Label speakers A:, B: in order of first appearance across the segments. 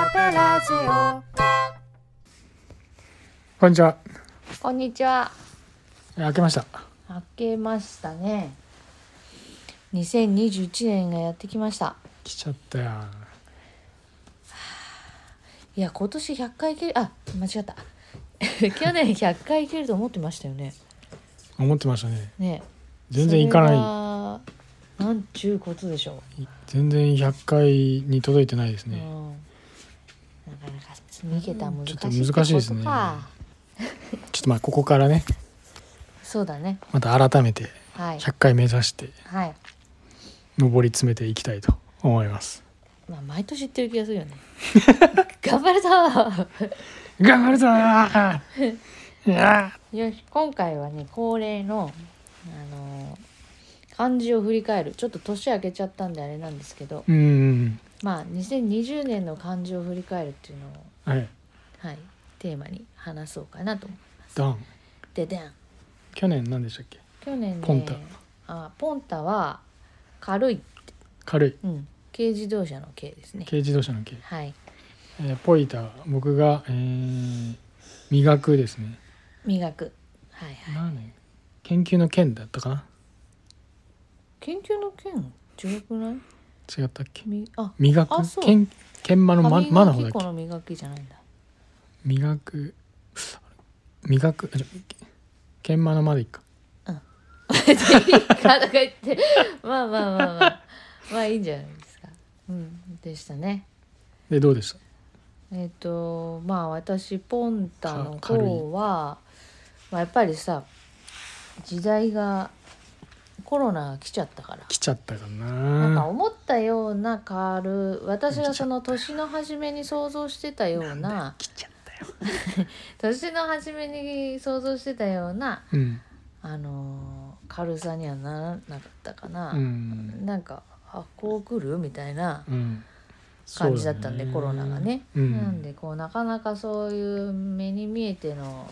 A: ジオ
B: こんにちは。
A: こんにちは
B: 開けました。
A: 明けましたね2021年がやってきました
B: 来ちゃったよ。
A: いや今年100回いけるあ間違った 去年100回いけると思ってましたよね
B: 思ってましたね。
A: ね
B: 全然行かない
A: ないなんちゅうことでしょ
B: い。全然100回に届いてないです
A: う、
B: ね。
A: うん、なかなか逃げた難しい
B: ちょ
A: っ
B: ってと
A: ことか
B: 難しいですねちょっとまあここからね、
A: そうだね
B: また改めて
A: はい
B: 100回目指して
A: はい
B: 上り詰めていきたいと思います。
A: まあ毎年言ってる気がするよね 頑張れた
B: 頑張るぞー。 いや
A: よし今回はね恒例の、あのー漢字を振り返るちょっと年明けちゃったんであれなんですけど
B: ー。うん。
A: まあ2020年の漢字を振り返るっていうのを、
B: はい。
A: はい、テーマに話そうかなと思
B: ドン。
A: ってでん
B: 去年何でしたっけ？
A: 去年ね
B: ポンタ
A: あポンタは軽い、
B: 軽い。
A: うん、軽自動車の軽ですね
B: 軽自動車の軽。
A: はい
B: えー、ポイタ僕が、えー、磨くですね。
A: 磨くはいはい
B: 何年？研究の件だったかな？
A: 研究の件違くない
B: 違ったっけ？
A: みあ
B: 磨く
A: あそう
B: 研研磨の
A: 歯
B: ま
A: 磨
B: まの方だ
A: き
B: っ
A: 粉
B: け
A: の磨きじゃないんだ
B: 磨く磨くあじゃ研磨のまでいっか
A: 体が言ってまあまあまあまあまあいいんじゃないですか。うん、でしたね。
B: でどうでした
A: えっ、とまあ私ポンタの
B: か軽い
A: 方は、まあ、やっぱりさ時代がコロナが来ちゃったから。
B: 来ちゃったか
A: なんか
B: な
A: 思ったような軽い私がその年の初めに想像してたような
B: 来ちゃったよ
A: 年の初めに想像してたような
B: うん
A: あのー軽さにはならなかったかな、
B: うん
A: なんかあこう来るみたいな
B: うん
A: 感じだったん
B: そ
A: で、
B: うだね
A: コロナがね、
B: うん
A: なんでこうなかなかそういう目に見えての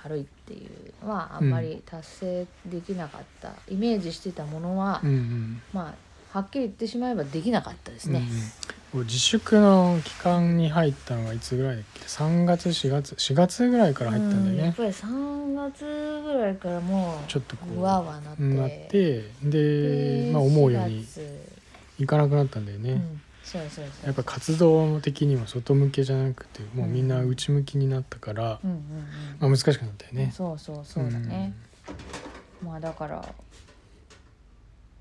A: 軽いっていうのはあんまり達成できなかった、イメージしてたものは、
B: うんうん
A: まあはっきり言ってしまえばできなかったですね、
B: うんうん、自粛の期間に入ったのがいつぐらいだっけ3月4月4月ぐらいから入ったんだ
A: うん
B: よ
A: やっ
B: ね
A: ぱり3月ぐらいからも
B: ちょっとこ
A: う
B: う
A: うわわなって
B: うんなってで、まあ、思うように
A: 4月
B: いかなくなったんだよね、
A: うん、そうそうそう
B: やっぱ活動的にも外向けじゃなくてもうみんな内向きになったから、
A: うんうんうん
B: まあ、難しくなったよね。
A: そうそうそうだね、まあだから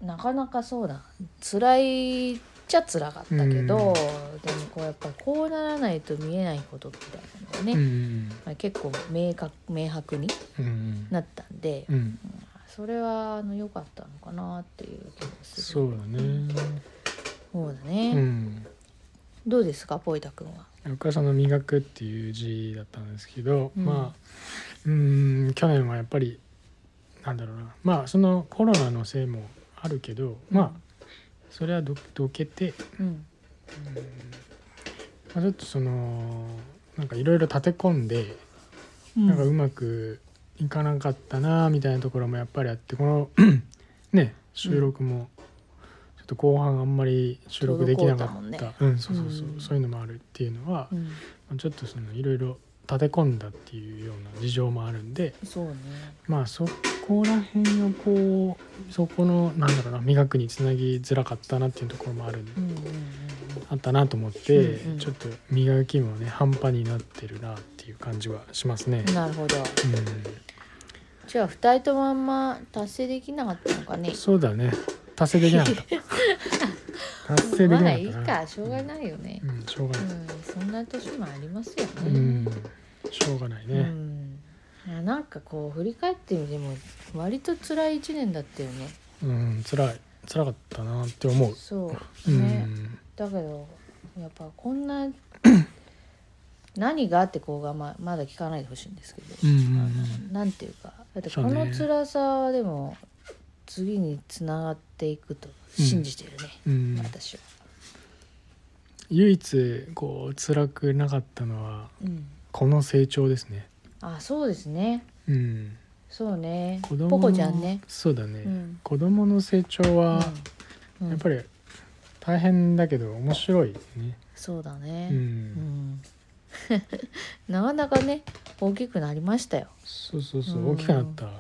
A: なかなかそうだ辛いっちゃ辛かったけど、
B: うん
A: でもこうやっぱこうならないと見えないことみたいなのが
B: うん。う
A: ね、
B: ん
A: まあ結構明確明白に
B: うん
A: なったんで、
B: うん、うん、
A: それはあの良かったのかなっていう気がする
B: そうだね。
A: そうだね、
B: うん。
A: どうですかポイタ君は
B: 僕はその磨くっていう字だったんですけど、
A: うん
B: まあ、うん、去年はやっぱり。なんだろうな、まあ、そのコロナのせいもあるけど、まあ。それはど、どけて、
A: うん
B: まあ、ちょっとその、なんかいろいろ立て込んで。
A: うん
B: なんかうまくいかなかったなみたいなところもやっぱりあってこ のね収録もちょっと後半あんまり収録できなか
A: 滞ったもん
B: っ
A: ね
B: たうんそうそうそう
A: うん
B: そういうのもあるっていうのは
A: うん
B: まあちょっとそのいろいろ立て込んだっていうような事情もあるんで
A: そうね
B: まあそこら辺をこうそこのなんだろうな磨くにつなぎづらかったなっていうところもあるん
A: うんうんうんうん
B: あったなと思って
A: うんうん
B: ちょっと磨きもね半端になってるなっていう感じはしますね。
A: なるほど
B: うん
A: じゃあ2人ともあんま達成できなかったのかね
B: そうだね。達成できなか った。達成で
A: ま
B: きな
A: だ
B: か
A: いい
B: ったな。
A: かしょうがないよね
B: う、ん、しょうが
A: う
B: なんい。
A: そんな年もありますよ
B: う
A: ね、
B: ん、しょうがないうね。
A: んいやなんかこう振り返ってみても割と辛い1年だったよね
B: うん、辛い、辛かったなって思う。
A: そう
B: う
A: ね、
B: ん、
A: だけどやっぱこん な何があってこうがままだ聞かないでほしいんですけど、
B: うんうんうん
A: あのなんていうかだってこ
B: そうね
A: の辛さはでも次につながっていくと信じてるね、
B: うん、
A: 私は。
B: 唯一こう辛くなかったのは
A: うん、
B: この成長ですね。
A: あそうですね
B: うん、
A: そうね
B: 子供の
A: ポコちゃんね、
B: そうだ
A: う
B: ね。
A: ん
B: 子供の成長は
A: うん
B: やっぱり大変だけど面白いね。
A: そうだね
B: う、
A: うんん なかなかね大きくなりましたよ
B: そうそうそううん大きくなった、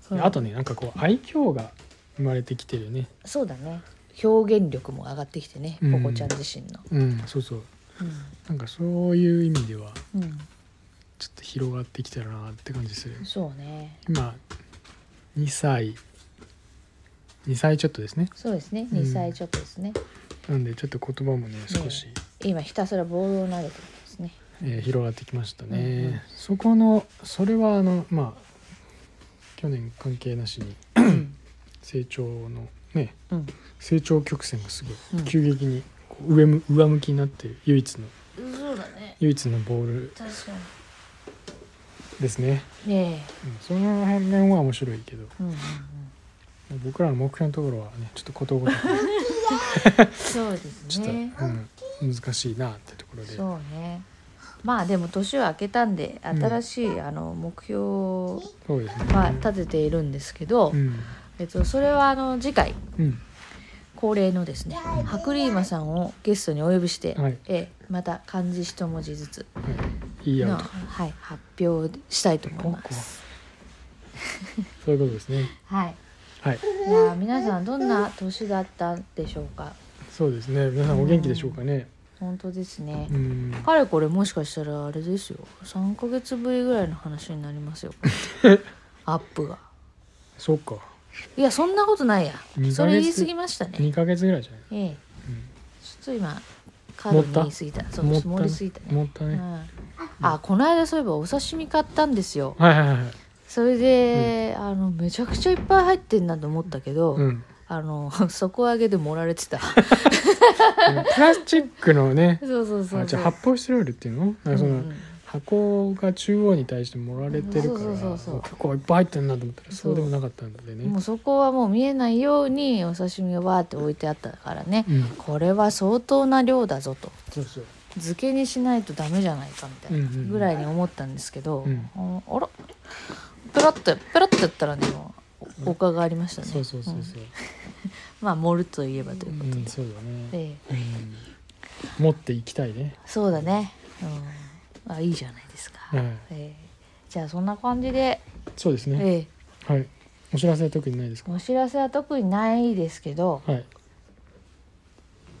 A: そう
B: あとねなんかこう愛嬌が生まれてきてるよね
A: そうだね表現力も上がってきてね
B: うん
A: ポコちゃん自身の
B: うんそうそうなんかそういう意味では
A: うん、う
B: ちょっと広がってきたなって感じする
A: ん、そうね
B: 今2歳2歳ちょっとですね
A: そうですね
B: うん
A: 2歳ちょっとですね、
B: なんでちょっと言葉もね少し、
A: 今ひたすらボールを投げてますね
B: えー広がってきましたね、
A: うんうん
B: そこのそれはあのまあ去年関係なしに
A: うん
B: 成長のね
A: うん
B: 成長曲線がすご
A: う
B: い
A: ん
B: 急激にこう上む上向きになってる唯一の
A: そうだね
B: 唯一のボール
A: 確か
B: ですね、
A: にね
B: うん、その辺面は面白いけど
A: えうんうんうん
B: 僕らの目標のところはねちょっとこと ごとく
A: そうです
B: ちょっと、
A: ね
B: うん、難しいなってところで
A: そうねまあでも年を明けたんで
B: ん
A: 新しい、あの目標
B: そうですね
A: は立てているんですけど、
B: うん
A: えっと、それはあの次回
B: うん
A: 恒例のですね白リーマさんをゲストにお呼びして、
B: はい
A: えまた漢字一文字ずつ
B: はいいい
A: の、
B: やと
A: はい、発表したいと思います。
B: そういうことですね
A: はい、
B: はい
A: いやー皆さんどんな年だったでしょうか
B: そうですね皆さんお元気でしょうかね
A: 本当ですね
B: う。ん
A: かれこれもしかしたらあれですよ3ヶ月ぶりぐらいの話になりますよ アップが
B: そうか
A: いやそんなことないや
B: 二ヶ月
A: それ言い過ぎましたね
B: 2ヶ月ぐらいじゃない
A: ええ
B: うん
A: ちょっと今カードに言い過ぎたそう
B: 持っ
A: 積
B: た
A: もりすぎたね
B: 持った
A: う
B: ね
A: ん、あこの間そういえばお刺身買ったんですよ
B: はいはいはい
A: それで、あのめちゃくちゃいっぱい入ってんなと思ったけど、
B: うん
A: あの 底上げで盛られ てた
B: プラスチックのね
A: そうそうそう
B: あじゃあ発泡スチロールっていうのなんかそ
A: うんう
B: の
A: ん
B: 箱が中央に対して盛られてるから
A: そうそう
B: 結
A: そうそう
B: 構いっぱい入ってんなと思ったら
A: そ
B: そううでもなかったんでね
A: もうそこはもう見えないようにお刺身がわーって置いてあったからね、
B: うん
A: これは相当な量だぞと
B: そうそう
A: 漬けにしないとダメじゃないかみたいな
B: うんうんうん
A: ぐらいに思ったんですけど、
B: うん
A: ああらペラッとペラッとやったらねもうお丘がありましたね、
B: そうそうそう
A: うん
B: そう
A: まあ盛るといえばということ
B: うんそうだね
A: で、
B: うん持っていきたいね
A: そうだね、うん、あいいじゃないですか、
B: はい
A: えーじゃあそんな感じで、
B: そうですね
A: え
B: はいお知らせは特にないですか
A: ーお知らせは特にないですけど
B: はい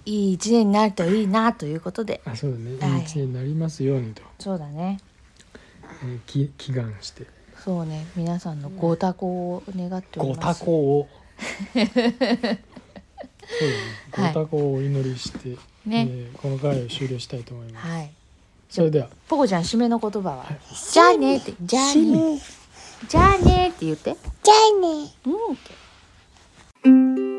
A: いい一年になるといいなということで
B: あそうだねいい
A: はい
B: 一年になりますようにと
A: そうだね
B: えーき祈願して
A: そうね皆さんのご多幸を願ってお
B: ご
A: りま
B: 多
A: す
B: 幸 をそうだね
A: はい
B: ご多幸をお祈りして、
A: ね
B: えーこの回を終了したいと思います、
A: はい
B: それでは
A: ポコちゃん締めの言葉は、じゃあねってじゃあねじゃあねって言って
C: じゃあね
A: うん